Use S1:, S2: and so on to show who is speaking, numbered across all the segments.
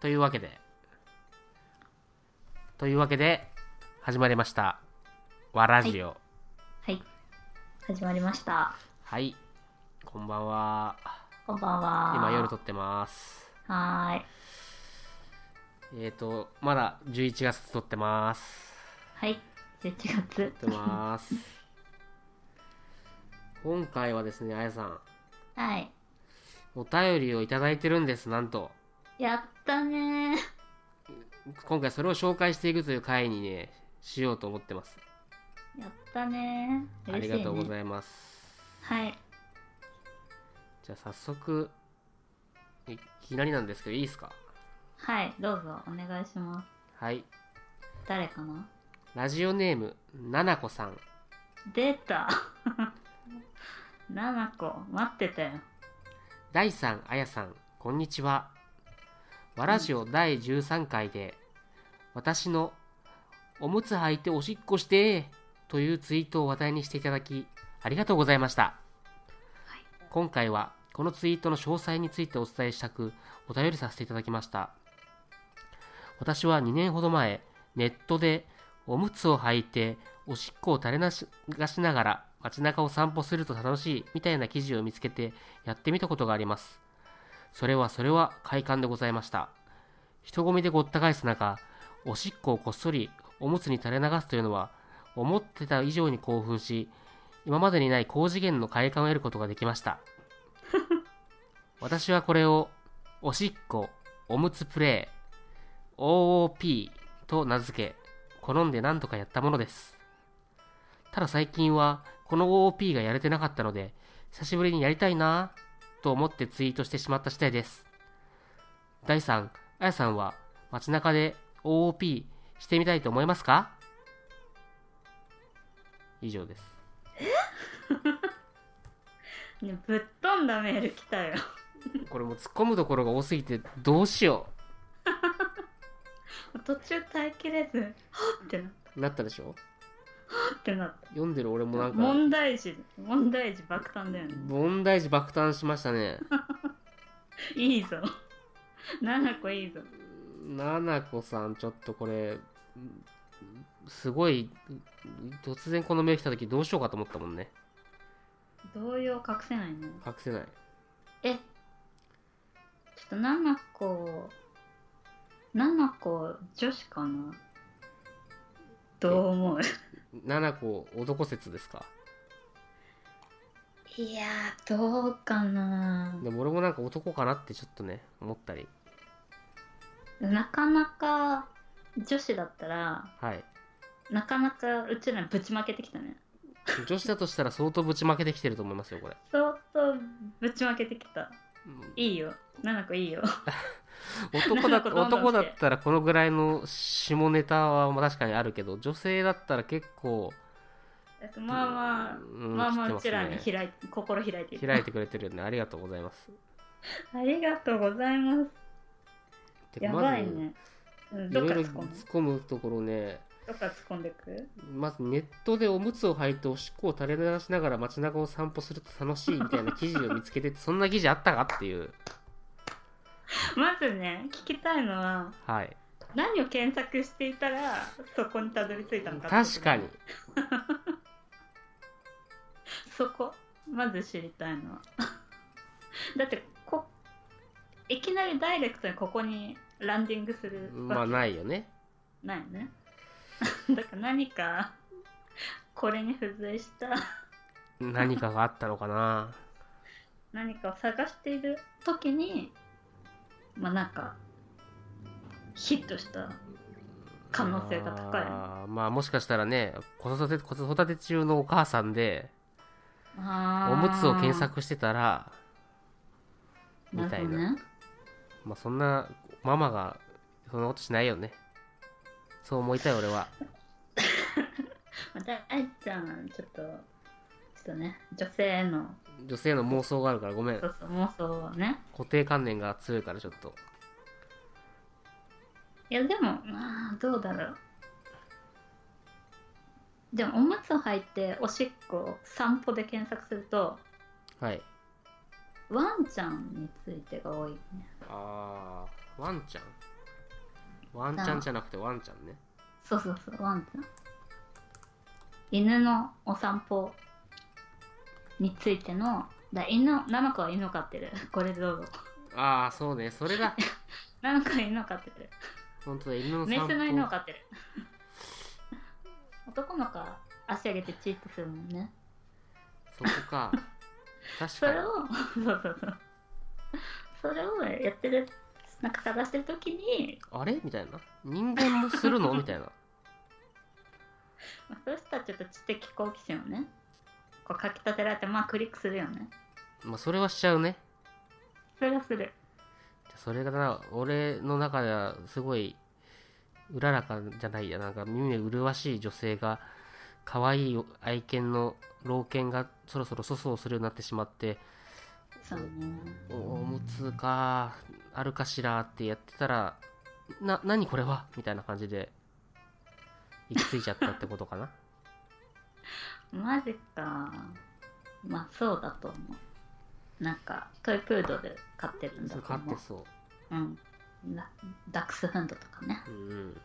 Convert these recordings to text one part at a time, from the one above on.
S1: というわけで、というわけで、始まりました。わラジオ。はい、
S2: はい。始まりました。
S1: こんばんは。
S2: こんばんは。
S1: 今夜撮ってます。
S2: はーい。
S1: えっ、と、まだ11月撮ってます。
S2: はい。11月。
S1: 撮ってます。今回はですね、あやさん、
S2: はい。
S1: お便りをいただいてるんです、なんと。
S2: やったねー。
S1: 今回それを紹介していくという回にね、しようと思ってます。
S2: やったねー。
S1: ありがとうご
S2: い
S1: ざいます。
S2: ます。はい。
S1: じゃあ早速いきなりなんですけどいいですか
S2: はい。どうぞ、お願いします。
S1: はい
S2: 誰かな
S1: ラジオネームななこさん
S2: 出た。 七個、待ってたよ。
S1: 第3あやさんこんにちはわらじお第13回で私のおむつ履いておしっこしてというツイートを話題にしていただきありがとうございました今回はこのツイートの詳細についてお伝えしたくお便りさせていただきました私は2年ほど前ネットでおむつを履いておしっこを垂れ流しながら街中を散歩すると楽しいみたいな記事を見つけてやってみたことがありますそれはそれは快感でございました人混みでごった返す中おしっこをこっそりおむつに垂れ流すというのは思ってた以上に興奮し今までにない高次元の快感を得ることができました私はこれをおしっこおむつプレイ OOP と名付け好んで何とかやったものですただ最近はこの OOP がやれてなかったので久しぶりにやりたいなぁと思ってツイートしてしまった次第です第3あやさんは街中で OOP してみたいと思いますか以上です
S2: ね、ぶっ飛んだメール来たよ。
S1: これもう突っ込むところが多すぎてどうしよ
S2: 途中耐えきれず、はっってなっ
S1: うなったでしょ
S2: た。ってなった。
S1: 読んでる俺もなんか
S2: 問題児、問題児爆誕だよね。
S1: 問題児爆誕しましたね
S2: いいぞ。七個いいぞ。
S1: ななこさんちょっとこれすごい突然このメール来た時どうしようかと思ったもんね
S2: 動揺隠せないね。
S1: 隠せない
S2: えちょっと7個7個女子かなどう思う
S1: ななこ男説ですか
S2: いやーどうかな
S1: でも俺もなんか男かなってちょっとね思ったり
S2: なかなか女子だったら
S1: はい
S2: なかなかうちらにぶちまけてきたね
S1: 女子だとしたら相当ぶちまけてきてると思いますよ これ
S2: 相当ぶちまけてきた
S1: うん
S2: いいよ7個いいよ
S1: 男だ
S2: ななこどんどん
S1: 男だったらこのぐらいの下ネタはまあ確かにあるけど女性だったら結構
S2: まあまあ、
S1: うん
S2: まあまあ
S1: 来て
S2: う
S1: す
S2: ち
S1: ね
S2: らに開い心開いてる
S1: 開いてくれてるよねありがとうございます
S2: ありがとうございます
S1: てか
S2: やばいね、うん、
S1: まず
S2: どっ
S1: い
S2: から
S1: ろい
S2: 突
S1: ろ
S2: っ
S1: 突っ
S2: 込む
S1: 込むところね
S2: どっから突っ込んでく
S1: まずネットでおむつを履いておしっこを垂れ流しながら街中を散歩すると楽しいみたいな記事を見つけてそんな記事あったかっていう
S2: まずね聞きたいのは
S1: はい
S2: 何を検索していたらそこにたどり着いたのかってこと
S1: 確かに
S2: そこまず知りたいのは だってこいきなりダイレクトにここにランディングする
S1: ま
S2: わ
S1: あ
S2: け
S1: ないよね
S2: ないよね だから何かこれに付随した
S1: 何かがあったのかな
S2: 何かを探している時にまあなんかヒットした 可能性が高いあ
S1: あーまあもしかしたらね子育て子育て中のお母さんで
S2: あー
S1: おむつを検索してたらみたいな
S2: るほどね
S1: まあそんなママがそんなことしないよねそう思いたい俺は
S2: またあいちゃんちょっとちょっとね女性の
S1: 女性の妄想があるからごめん
S2: そうそう妄想はね
S1: 固定観念が強いからちょっと
S2: いやでもまあどうだろうでもおむつを履いておしっこを散歩で検索すると
S1: はい
S2: ワンちゃんについてが多いね
S1: あーワンちゃんワンちゃんじゃなくてワンちゃんね。
S2: そうそうそう、ワンちゃん。犬のお散歩についての、だ犬、ナナコは犬飼ってる。これどうぞ。
S1: ああ、そうね。それだ。
S2: ナナコは犬を飼ってる。
S1: 本当だ、犬の
S2: メ
S1: 散
S2: スの犬を
S1: 歩。
S2: 飼ってる。男の子は足上げてチーってするもんね。
S1: そこか。確
S2: そ
S1: か
S2: れ
S1: に
S2: を、。そうそうそう。それをやってる、なんか探してるときに、
S1: あれみたいな。人間もするのみたいな。
S2: まあ、そうしたらちょっと知的好奇心をね、こうかきたてられて、まあクリックするよね。
S1: まあ、それはしちゃうね。
S2: それはする。
S1: それがな、俺の中ではすごい、うららかじゃないや、なんか耳が麗しい女性が、可愛い愛犬の老犬がそろそろ粗相をするようになってしまって、
S2: そうね。
S1: おおむつか、あるかしらってやってたら、な、何これはみたいな感じで、行き着いちゃったってことかな。
S2: マジか。まあそうだと思う。なんか、トイプードル飼ってるん だ
S1: そう
S2: と
S1: 飼っ
S2: 思
S1: て
S2: う。
S1: そ
S2: うん。ダダックスフンドとかね。
S1: う。うん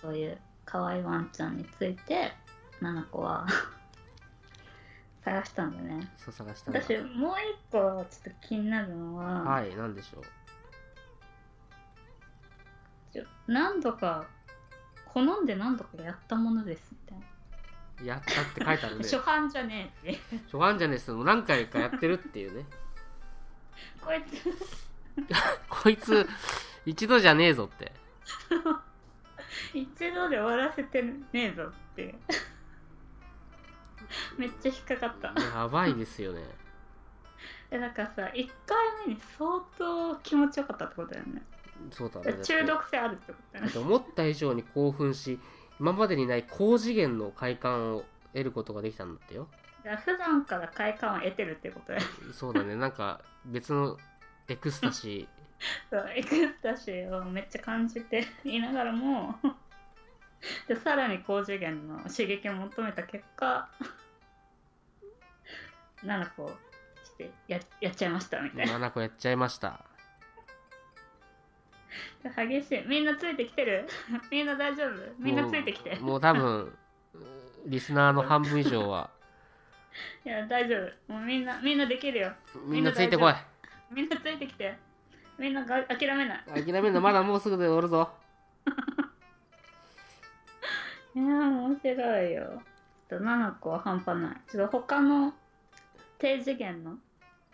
S2: そういう可愛いワンちゃんについて、ナナコは 探したんだね。
S1: そう探したんだ
S2: 私、もう一個ちょっと気になるのは、
S1: はい、なんでしょう。
S2: ちょ何度か、好んで何度かやったものですみたいな。
S1: やったって書いて あるね。
S2: 初
S1: 初
S2: 版じゃねえって。
S1: 版じゃねえっすもう何回かやってるっていうね。
S2: こいつ、
S1: こいつ、一度じゃねえぞって。
S2: 一度で終わらせてねえぞって いう。めっちゃ引っかかった。
S1: やばいですよね。
S2: え、なんかさ、1回目に相当気持ちよかったってことだよね。
S1: そうだね。だって
S2: 中毒性あるってことだよ
S1: だっ
S2: ね。
S1: て思った以上に興奮し、今までにない高次元の快感を得ることができたんだってよ。
S2: だから普段から快感を得てるってことだよね。
S1: そう だね。なんか、別のエクスタシ
S2: そうエクスタシーをめっちゃ感じていながらもでさらに高次元の刺激を求めた結果7個してややっちゃいましたみ
S1: ー、
S2: たいな
S1: 7個やっちゃいました。
S2: 激しいみんなついてきてるみんな大丈夫みんなついてきて
S1: もうもう多分、リスナーの半分以上 は、
S2: いや大丈夫もうみんなみんなできるよ
S1: みんなついてこい。
S2: みんなついてきてみんなが諦めない
S1: 諦めるのまだもうすぐで終わるぞ。
S2: いやー面白いよちょっと7個は半端ないちょっと他の低次元の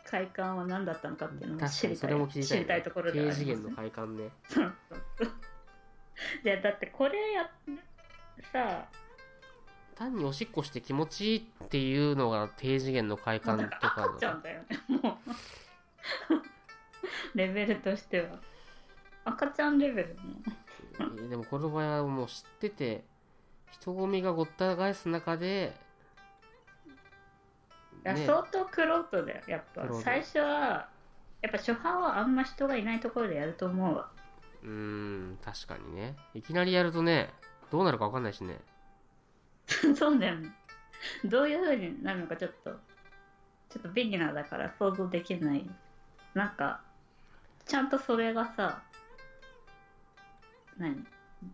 S2: 快感は何だったのかっていうのも
S1: 確
S2: 知
S1: か
S2: り
S1: に
S2: た
S1: そ
S2: い
S1: れも聞きたい、ね。
S2: 知りたいところではあ
S1: 低
S2: りま
S1: 次
S2: す
S1: 元の
S2: ね
S1: 快感ね。
S2: そうそうそういやだってこれやっさ
S1: 単におしっこして気持ちいいっていうのが低次元の快
S2: も
S1: 感
S2: う
S1: と
S2: なん
S1: か
S2: か赤ちゃんだよねもう レベルとしては赤ちゃんレベルも
S1: のでもこの場合はもう知ってて人混みがごった返す中で、
S2: いや相当クロートだよやっぱ
S1: 玄人
S2: 最初はやっぱ初版はあんま人がいないところでやると思うわ
S1: うーん確かにねいきなりやるとねどうなるか分かんないしね
S2: そうだよね。どういう風になるのかちょっと、ちょっとビギナーだから想像できない。なんか、ちゃんとそれがさ、何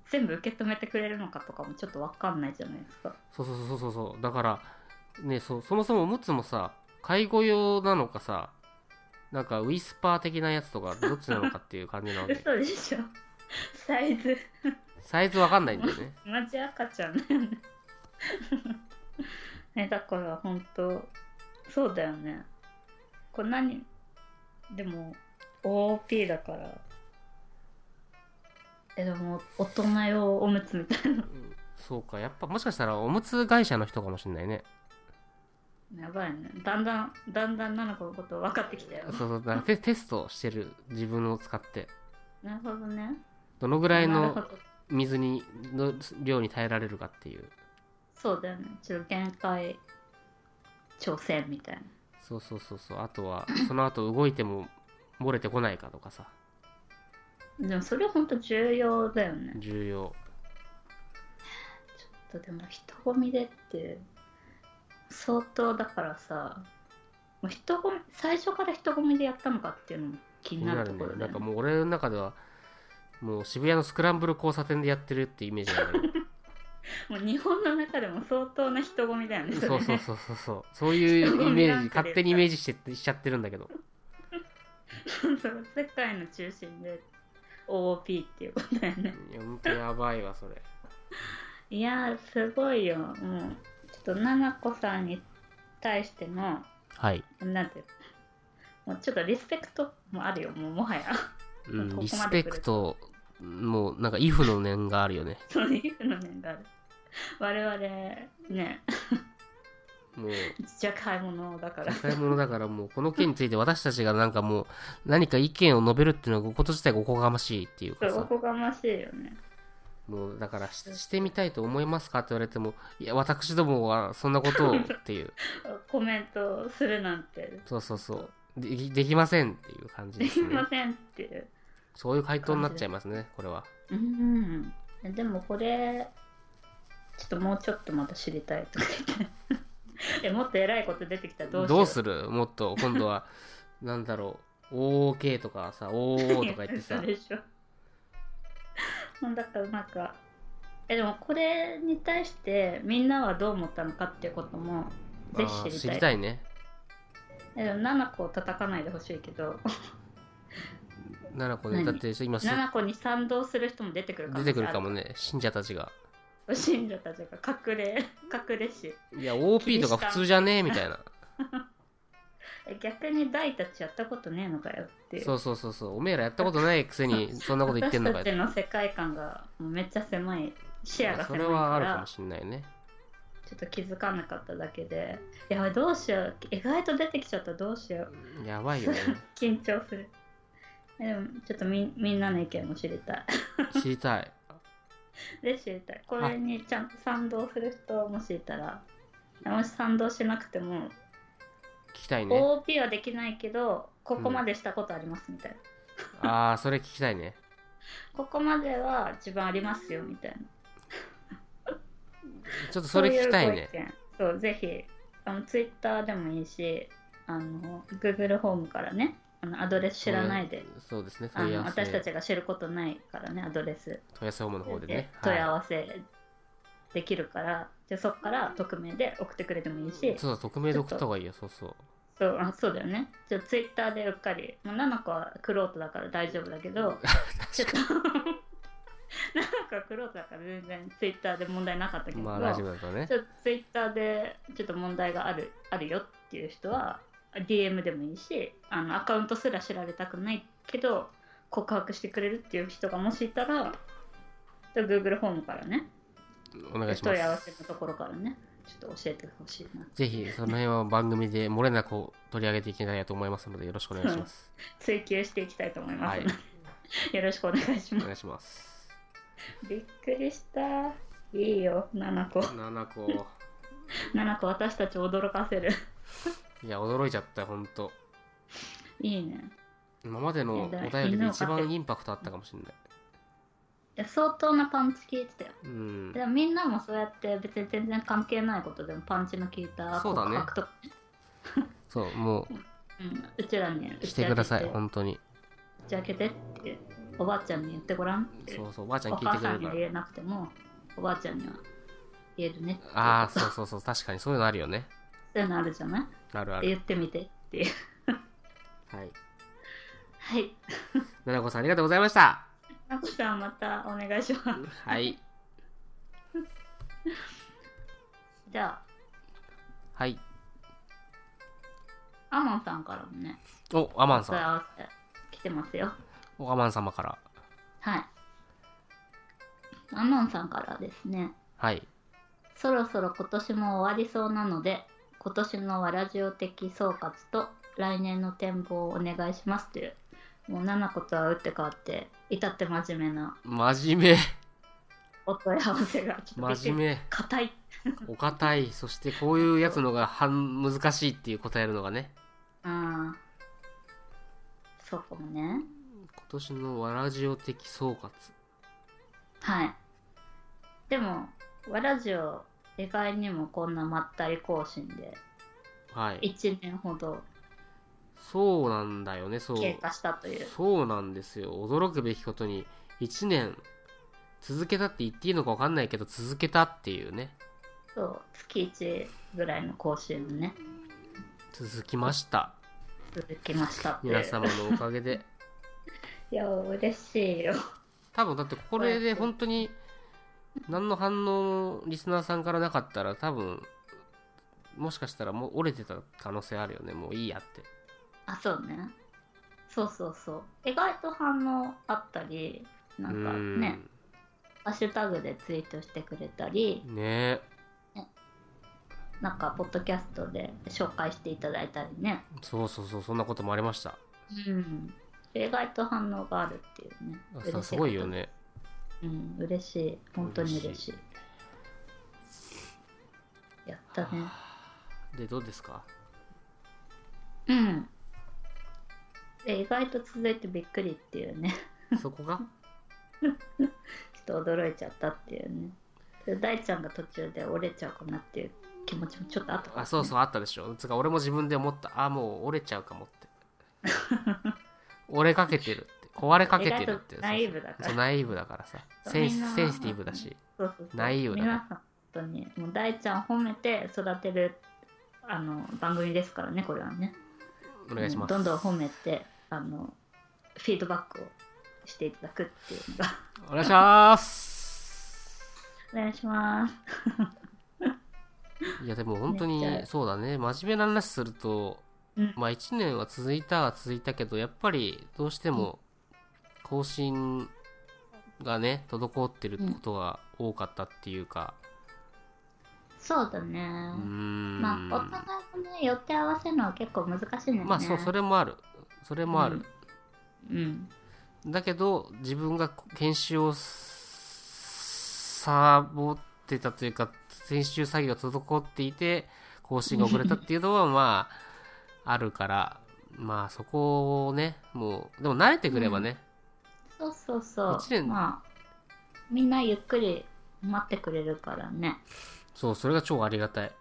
S2: 全部受け止めてくれるのかとかもちょっとわかんないじゃないですか。
S1: そうそうそうそうそうだからねそうそもそもおむつもさ介護用なのかさなんかウィスパー的なやつとかどっちなのかっていう感じなので
S2: 嘘でしょサイズ、
S1: サイズ分かんないんだよね
S2: マジ赤ちゃんだよね。 ね、だから本当そうだよね。これ何でも OP だからえでも大人用おむつみたい
S1: うんそうかやっぱもしかしたらおむつ会社の人かもしれないね
S2: なやばいねだんだんだんだんなの子のこと分かってきたよ
S1: そうそうだからテテストしてる自分を使って
S2: なるほどね
S1: どのぐらい
S2: なる
S1: の
S2: ほど
S1: 水にの量に耐えられるかっていう
S2: そうだよねちょっと限界挑戦みたいな
S1: そうそうそうそうあとはその後動いても漏れてこないかとかさ
S2: でもそれ本当重要だよね
S1: 重要
S2: ちょっとでも人混みでって相当だからさもう人混み最初から人混みでやったのかっていうのも気
S1: 気
S2: に
S1: に
S2: な
S1: な
S2: ると
S1: る
S2: こ
S1: ね
S2: ろだ
S1: なん
S2: よね
S1: かもう俺の中ではもう渋谷のスクランブル交差点でやってるってイメージなんだけど
S2: もう日本の中でも相当な人混みだよ ね。
S1: そうそう
S2: れね
S1: そうそうそうそういうイメージ勝手にイメージしてしちゃってるんだけど
S2: そう世界の中心で OOP っていうことだよね。
S1: いや本当やばいわそれ
S2: いやー、すごいよ。もう、ちょっと、ななこさんに対しての、
S1: はい、
S2: なんていうのもうちょっとリスペクトもあるよ、もうもはや。
S1: う
S2: こ
S1: ん、
S2: こ
S1: リス
S2: ま
S1: ペ
S2: で来る
S1: クトもうなんかイフの念があるよね
S2: そういうの面がある。我々、ね、
S1: も う
S2: 若輩者だから。
S1: 買い物だからもうこの件について私たちがなんかもう何か意見を述べるっていうのはこと自体がおこがましいっていう
S2: そ
S1: か
S2: うお
S1: さ
S2: こがましいよね。
S1: もうだからししてみたいと思いますかって言われてもいや私どもはそんなことをって いう
S2: コメントするなんて、
S1: そうそうそうできできませんっていう感じ
S2: で
S1: で
S2: き
S1: すね
S2: ませんっていう。
S1: そういう回答になっちゃいますねこれは
S2: うん。でもこれ、ちょっともうちょっとまた知りたいとか言って。え、 もっと偉いこと出てきたらどうしよう
S1: どうするもっと今度は なんだろう OK とかさ OO とか言ってさ
S2: いや嘘でしょもうだからなんかえでもこれに対してみんなはどう思ったのかっていうこともぜ
S1: あー
S2: ひ知
S1: 知
S2: り
S1: り
S2: た
S1: た
S2: い
S1: いね
S2: えでも7個を叩かないでほしいけど
S1: 奈々子ね
S2: 何
S1: だって今す
S2: 7個に賛同する人も出てくるかも
S1: 出てくるかもね信者たちが
S2: 信者たちが隠れ 隠れし
S1: いや OP とか普通じゃねえみたいな
S2: え逆に大たちやったことねえのかよっていう
S1: そうそうそうそうおめえらやったことないくせ にそんなこと言ってんのか
S2: 私たちの世界観がもうめっちゃ狭い視野
S1: ま
S2: が
S1: あそ
S2: 狭い
S1: れ
S2: か
S1: はあるからもしんないね
S2: ちょっと気づかなかっただけでいやどうしよう意外と出てきちゃったどうしよう
S1: やば いよね
S2: 緊張するえでもちょっとみみんなの意見も知りたい
S1: 知りたい
S2: で知りたいこれにちゃんと賛同する人もしいたらもし賛同しなくても、
S1: 聞きたいね
S2: OP はできないけどここまでしたことありますみたいな、
S1: ああそれ聞きたいね
S2: ここまでは自分ありますよみたいな
S1: ちょっとそれ聞きたいね
S2: そううご意見そうぜひあのツイッターでもいいしあの Google ホームからねあのアドレス知らないで
S1: そうですね
S2: あ
S1: 問い合
S2: の
S1: わ
S2: 私た
S1: せ
S2: ちが知ることないからねアドレス
S1: 問い合わせホームの方でね
S2: 問い合
S1: は
S2: わせできるから、じゃあそこから匿名で送ってくれてもいいし
S1: いそうだ匿名で送った方がいいよそうそう
S2: そうあそうだよねじゃあツイッターでうっかり、まあ、ナナコはクロートだから大丈夫だけ どちょっと ナナコはクロートだから全然ツイッターで問題なかったけど、
S1: まあ大丈夫だからね
S2: ちょっとツイッターでちょっと問題があるあるよっていう人は DM でもいいしあのアカウントすら知られたくないけど告白してくれるっていう人がもしいたらちょっと Google ホームからね
S1: お願いしま
S2: 問い合わせ
S1: す
S2: のところからねちょっと教えてほしいな
S1: ぜひその辺は番組で漏れなく取り上げていきたいと思いますのでよろしくお願いします
S2: 追求していきたいと思います、
S1: はい
S2: よろしくお願いし
S1: お
S2: ます
S1: 願いします
S2: びっくりしたいいよ7個
S1: 7個
S2: 7個私たちを驚かせる
S1: いや驚いちゃったほんと
S2: いいね
S1: 今までのお便りで一番インパクトあったかもしれない。
S2: いや相当なパンチ効いてたよ
S1: うん。
S2: でもみんなもそうやって別に全然関係ないことでもパンチの効いた
S1: そうだね
S2: 告白とか
S1: そう、も
S2: う,、ん、うちらに
S1: う来てください、
S2: 打ち
S1: 本当に。
S2: 明けて打ち明けてっておばあちゃんに言ってごらんって
S1: そうそう、おばあちゃん
S2: お
S1: 聞いて
S2: 母
S1: くれ
S2: さん
S1: る
S2: に
S1: か
S2: は
S1: ら。
S2: 言えなくてもおばあちゃんには言えるね
S1: ああ、
S2: そ
S1: そう
S2: う
S1: そうそう、確かにそういうのあるよね。
S2: いうのあるじゃない
S1: あるあ
S2: で
S1: る。
S2: 言ってみてっていう
S1: はい。
S2: はい
S1: ななこさん、ありがとうございました。
S2: なこさんまたお願いします
S1: はい。
S2: じゃ
S1: はい。
S2: あアマンさんからもね
S1: お、アマン
S2: 問い
S1: さん。
S2: 合わせ来てますよ
S1: お、アマン様から。
S2: はいアマンさんからですね
S1: はい。
S2: そろそろ今年も終わりそうなので今年のわらじお的総括と来年の展望をお願いしますというもう7個とは打って変わって至って真面目な
S1: 真面
S2: お問い合わせがちょっ
S1: 目。
S2: と
S1: 真面
S2: 硬い
S1: 目。お堅い。そして、こういうやつのが半難しいっていう答えるのがね。
S2: うんそうかもね
S1: 今年のわらじお的総括。
S2: はいでもわらじお意外にもこんなまったり更新で
S1: はい。
S2: 1年ほど
S1: そうなんだよね、そう。
S2: 経過したという
S1: そうなんですよ驚くべきことに1年続けたって言っていいのか分かんないけど続けたっていうね
S2: そう月1ぐらいの講習もね
S1: 続きました
S2: 続きましたって
S1: 皆様のおかげで
S2: いや嬉しいよ
S1: 多分だってこ れで本当に何の反応もリスナーさんからなかったら多分もしかしたらもう折れてた可能性あるよねもういいやって
S2: あそうねそうそうそう意外と反応あったりなんかねハッシュタグでツイートしてくれたり
S1: うんね
S2: なんかポッドキャストで紹介していただいたりね
S1: そうそうそうそんなこともありました
S2: うん意外と反応があるっていうね
S1: あ
S2: 嬉し
S1: すごいよね
S2: うん嬉しい本当に嬉しいやったね
S1: でどうですか
S2: うんで意外と続いてびっくりっていうね
S1: そこが
S2: ちょっと驚いちゃったっていうねで大ちゃんが途中で折れちゃうかなっていう気持ちもちょっとあった
S1: あそうそうあったでしょつうか俺も自分で思ったあもう折れちゃうかもって 折れかけてるって壊れかけてるって
S2: 意外とナイーブだから
S1: そうナイーブだからさ
S2: そう
S1: セン
S2: みんな
S1: スセンシティブだし
S2: そうそうそう
S1: ないよね
S2: 皆さん本当にもう大ちゃんを褒めて育てるあの番組ですからねこれはね
S1: お願いします
S2: どんどん褒めてあのフィードバックをしていただくっていうのが
S1: お願いします
S2: お願いします
S1: いやでも本当
S2: めっち
S1: に
S2: ゃ
S1: そうだね真面目な話すると
S2: うん
S1: まあ1年は続いたは続いたけどやっぱりどうしても更新がね滞ってることが多かったっていうか
S2: そうだね、
S1: うーん
S2: まあお互いのね予定合わせるのは結構難しいんだよね
S1: まあそうそれもあるそれもある、
S2: うん
S1: だけど自分が研修をサボってたというか研修作業が滞っていて更新が遅れたっていうのはまああるからまあそこをねもうでも慣れてくればね、
S2: そうそうそう
S1: 一年
S2: まあみんなゆっくり待ってくれるからね
S1: そうそれが超ありがたい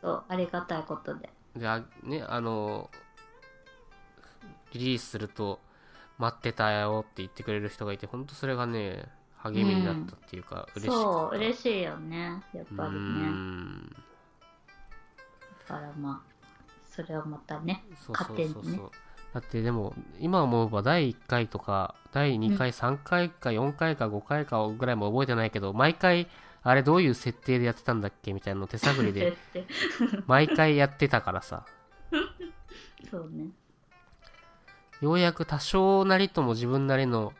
S2: そうありがたいことで
S1: であねあのリリースすると待ってたよって言ってくれる人がいてほんとそれがね励みになったっていうか、嬉しい
S2: そう嬉しいよねやっぱりね、
S1: うん
S2: だからまあそれをまたね
S1: そうそうそう
S2: 勝手
S1: そう、
S2: にね
S1: だってでも今思えば第1回とか第2回、3回か4回か5回かぐらいも覚えてないけど毎回あれどういう設定でやってたんだっけみたいなの手探り で毎回やってたからさ
S2: そうね
S1: ようやく多少なりとも自分なりの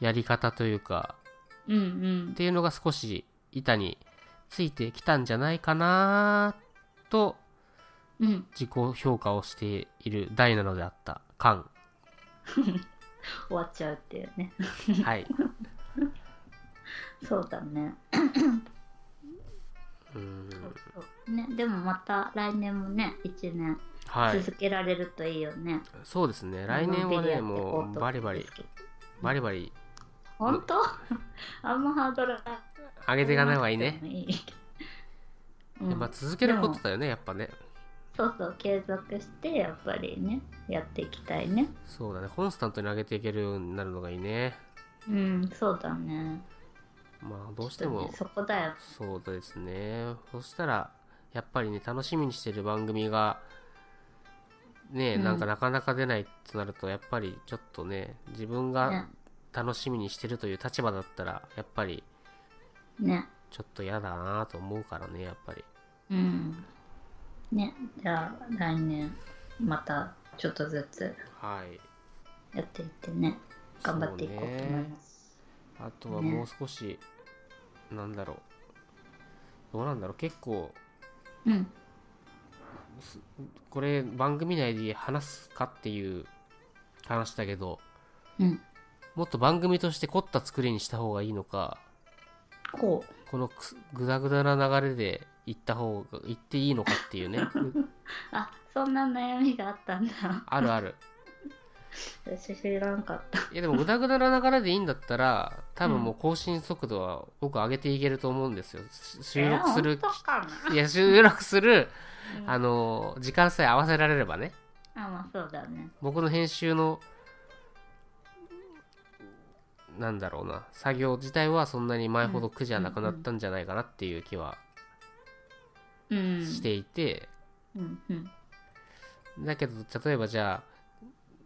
S1: やり方というか
S2: うんう
S1: っ
S2: ん
S1: ていうのが少し板についてきたんじゃないかなと
S2: うん
S1: 自己評価をしている第なのであった 感
S2: 終わっちゃうっていうね
S1: はい
S2: そうだね
S1: うん
S2: そうそうねでもまた来年もね1年
S1: はい
S2: 続けられるといいよね、
S1: そうですね来年はね
S2: のんびりやってい
S1: も
S2: こ
S1: う
S2: と
S1: バリバリバリバリ
S2: 本当 あんまハードル上
S1: 上げていかない方がいいね、
S2: いいけどうん
S1: まあ、続けることだよねやっぱね
S2: そうそう継続してやっぱりねやっていきたいね
S1: そうだねコンスタントに上げていけるようになるのがいいね
S2: うんそうだね
S1: まあどうしても
S2: そこだよ
S1: そうですねそしたらやっぱりね楽しみにしてる番組がね
S2: うん
S1: なんかなかなか出ないとなると、やっぱりちょっとね自分が
S2: ね
S1: 楽しみにしてるという立場だったらやっぱり
S2: ね
S1: ちょっと嫌だなと思うからねやっぱり
S2: うん。ね、じゃあ来年またちょっとずつ
S1: はい
S2: やっていってね、頑張っていこうと思います。
S1: あとはもう少し、なんだろうどうなんだろう結構
S2: う
S1: これ番組内で話すかっていう話だけど
S2: ん、うん。
S1: もっと番組として凝った作りにした方がいいのか
S2: こう。
S1: このくすグダグダな流れで行った方が行っていいのかっていうね う
S2: あ、そんな悩みがあったんだ。
S1: あるある
S2: 私知らんかった。
S1: いやでもグダグダな流れでいいんだったら多分もう更新速度は僕上げていけると思うんですよし収録す
S2: え
S1: る
S2: 本当か
S1: いや収録する
S2: な。
S1: あ
S2: の、
S1: の時間さえ合わせられればね
S2: あ、まあそうだね。
S1: 僕の編集のなんだろうな作業自体はそんなに前ほど苦じゃなくなったんじゃないかなっていう気は
S2: うん
S1: していて、
S2: うんうん
S1: だけど例えばじゃあ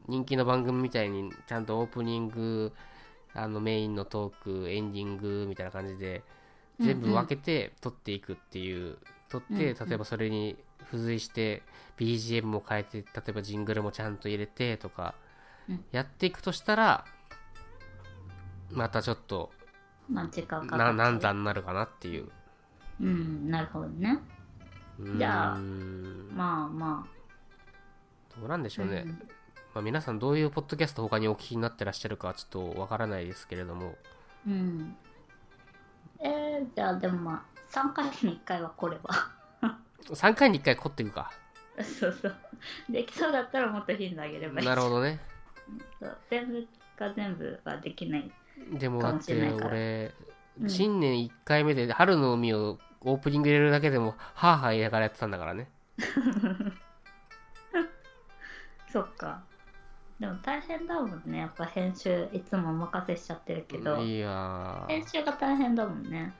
S1: 人気の番組みたいにちゃんとオープニングあのメインのトークエンディングみたいな感じで全部分けて撮っていくっていう撮っ
S2: うん
S1: て
S2: うん
S1: 例えばそれに付随して BGM も変えて例えばジングルもちゃんと入れてとか
S2: うん
S1: やっていくとしたらまたちょっと
S2: まあ時間かか
S1: な
S2: る
S1: 難産になるかなっていう。
S2: うんなるほどね
S1: うーん
S2: じゃあまあまあ
S1: どうなんでしょうね、
S2: うん
S1: まあ、皆さんどういうポッドキャスト他にお聞きになってらっしゃるかはちょっとわからないですけれども
S2: うん。えー、じゃあでもまあ3回に1回は来れば
S1: 3回に1回凝っていくか
S2: そうそうできそうだったらもっと頻度上げればいい
S1: なるほどね
S2: そう全部が全部はできない
S1: でもだっ
S2: かもしれ
S1: て
S2: ないから
S1: 俺、
S2: うん
S1: 新年1回目で春の海をオープニング入れるだけでもハーハー言いながらやってたんだからね
S2: そっかでも大変だもんねやっぱ編集いつもお任せしちゃってるけど
S1: いや
S2: 編集が大変だもんね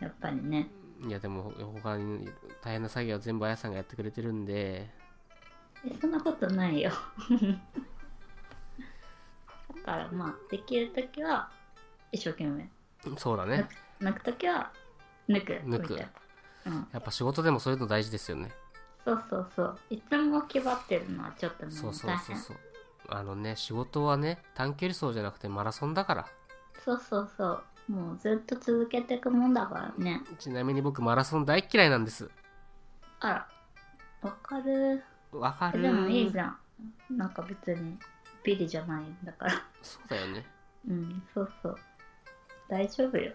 S2: やっぱりね
S1: ーいやでも他に大変な作業は全部あやさんがやってくれてるんで
S2: えそんなことないよだからまあできる時は一生懸命
S1: そうだね
S2: 抜くときは抜く
S1: 抜く
S2: みたいなうん、
S1: やっぱ仕事でもそういうの大事ですよね
S2: そうそうそういつも気張ってるのはちょっともう
S1: そうそう
S2: 大
S1: そう
S2: 変
S1: そうあのね仕事はね短距離走じゃなくてマラソンだから
S2: そうそうそうもうずっと続けていくもんだからね
S1: ちなみに僕マラソン大っ嫌いなんです
S2: あらわかる
S1: わか
S2: え
S1: る
S2: でもいいじゃんなんか別にビリじゃないんだから
S1: そうだよね
S2: うんそうそう大丈夫よ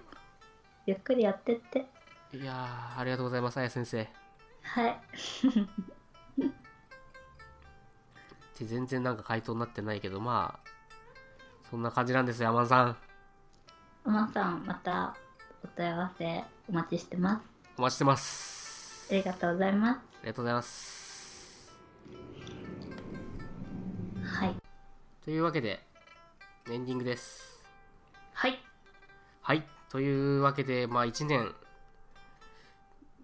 S2: ゆっくりやってって
S1: いやーありがとうございますあや先生っ
S2: はい
S1: て全然なんか回答になってないけどまあそんな感じなんですよ山田さん
S2: おまさんまたお問い合わせお待ちしてます
S1: お待ちしてます
S2: ありがとうございま
S1: ありがとうございます
S2: すはい
S1: というわけでエンディングです
S2: はい
S1: はいというわけでまあ1年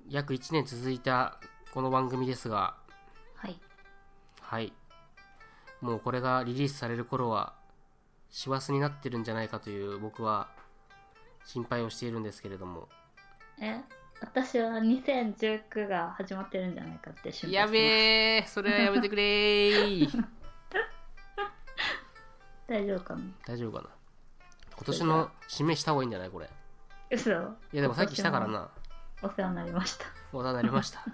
S1: 約1年続いたこの番組ですが
S2: はい
S1: はい。もうこれがリリースされる頃は、師走になってるんじゃないかという僕は心配をしているんですけれども。
S2: え私は2019が始まってるんじゃないかって心配してます
S1: やべえそれはやめてくれー
S2: 大丈夫かな
S1: 大丈夫かな今年の指名した方がいいんじゃないこれ。い
S2: 嘘い
S1: やでもさっきしたからな。
S2: お世話になりました
S1: お世話になりま した。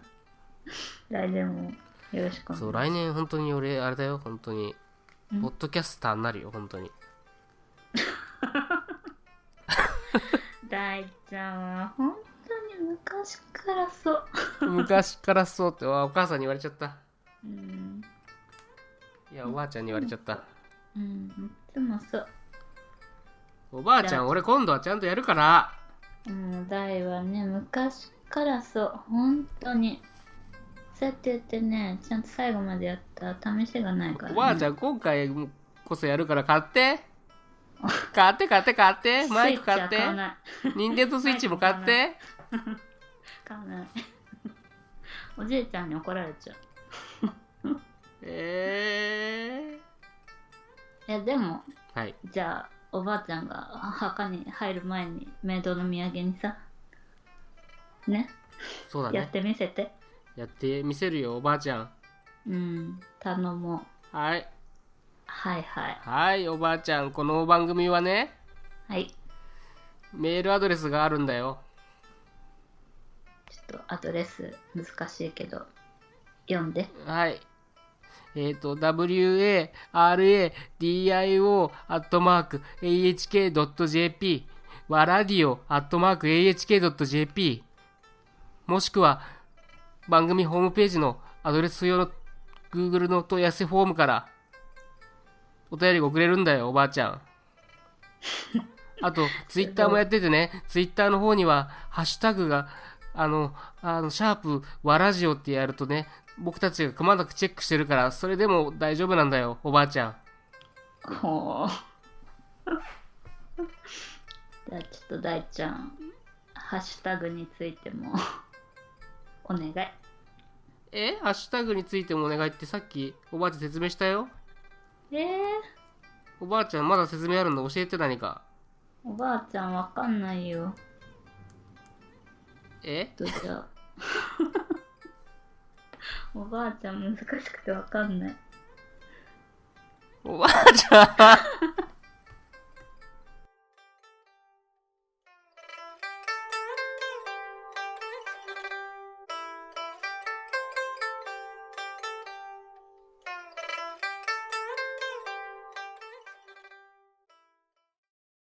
S2: 来年もよろしくお
S1: そう、
S2: 願いし
S1: 来年本当に俺、あれだよ、本当に
S2: う。ん
S1: ポッドキャスターになるよ、本当に。
S2: ます大ちゃんは本当に昔からそう
S1: 昔からそうって、わあお母さんに言われちゃった。
S2: うん、
S1: いや、おばあちゃんに言われちゃった。
S2: うん、いつもそう
S1: おばあちゃん、俺今度はちゃんとやるから。
S2: うん大はね昔からそう本当にそうやって言ってねちゃんと最後までやった試しがないから、
S1: お
S2: ね、
S1: ばあちゃん今回こそやるから買 って買って買って買ってマイク買って
S2: スイッチは買わない
S1: 任天堂スイッチも買って
S2: 買わないおじいちゃんに怒られちゃう
S1: え
S2: いやでも
S1: ー、はい
S2: じゃあおばあちゃんが墓に入る前にメイドの土産にさね
S1: そうだ
S2: やっ
S1: ね
S2: てみせて
S1: やってみせるよおばあちゃん
S2: うん頼もう
S1: はい
S2: はいはい
S1: はいおばあちゃんこの番組はね
S2: はい
S1: メールアドレスがあるんだよ
S2: ちょっとアドレス難しいけど読んで
S1: はいえっ、ー、と waradiO.ahk.jp わらディオ .ahk.jp もしくは番組ホームページのアドレス用の Google の問い合わせフォームからお便りが送れるんだよおばあちゃんあ とツイッターもやっててねツイッターの方にはハッシュタグがあのあのシャープわラジオってやるとね僕たちがくまなくチェックしてるからそれでも大丈夫なんだよおばあちゃん
S2: ほう じゃあちょっと大ちゃんハッシュタグについても お願い
S1: えハッシュタグについてもお願いってさっきおばあちゃん説明したよ
S2: えー、
S1: おばあちゃんまだ説明あるんだ教えて何か
S2: おばあちゃんわかんないよ
S1: え
S2: どうじゃあ おばあちゃん難しくてわかんない
S1: おばあちゃん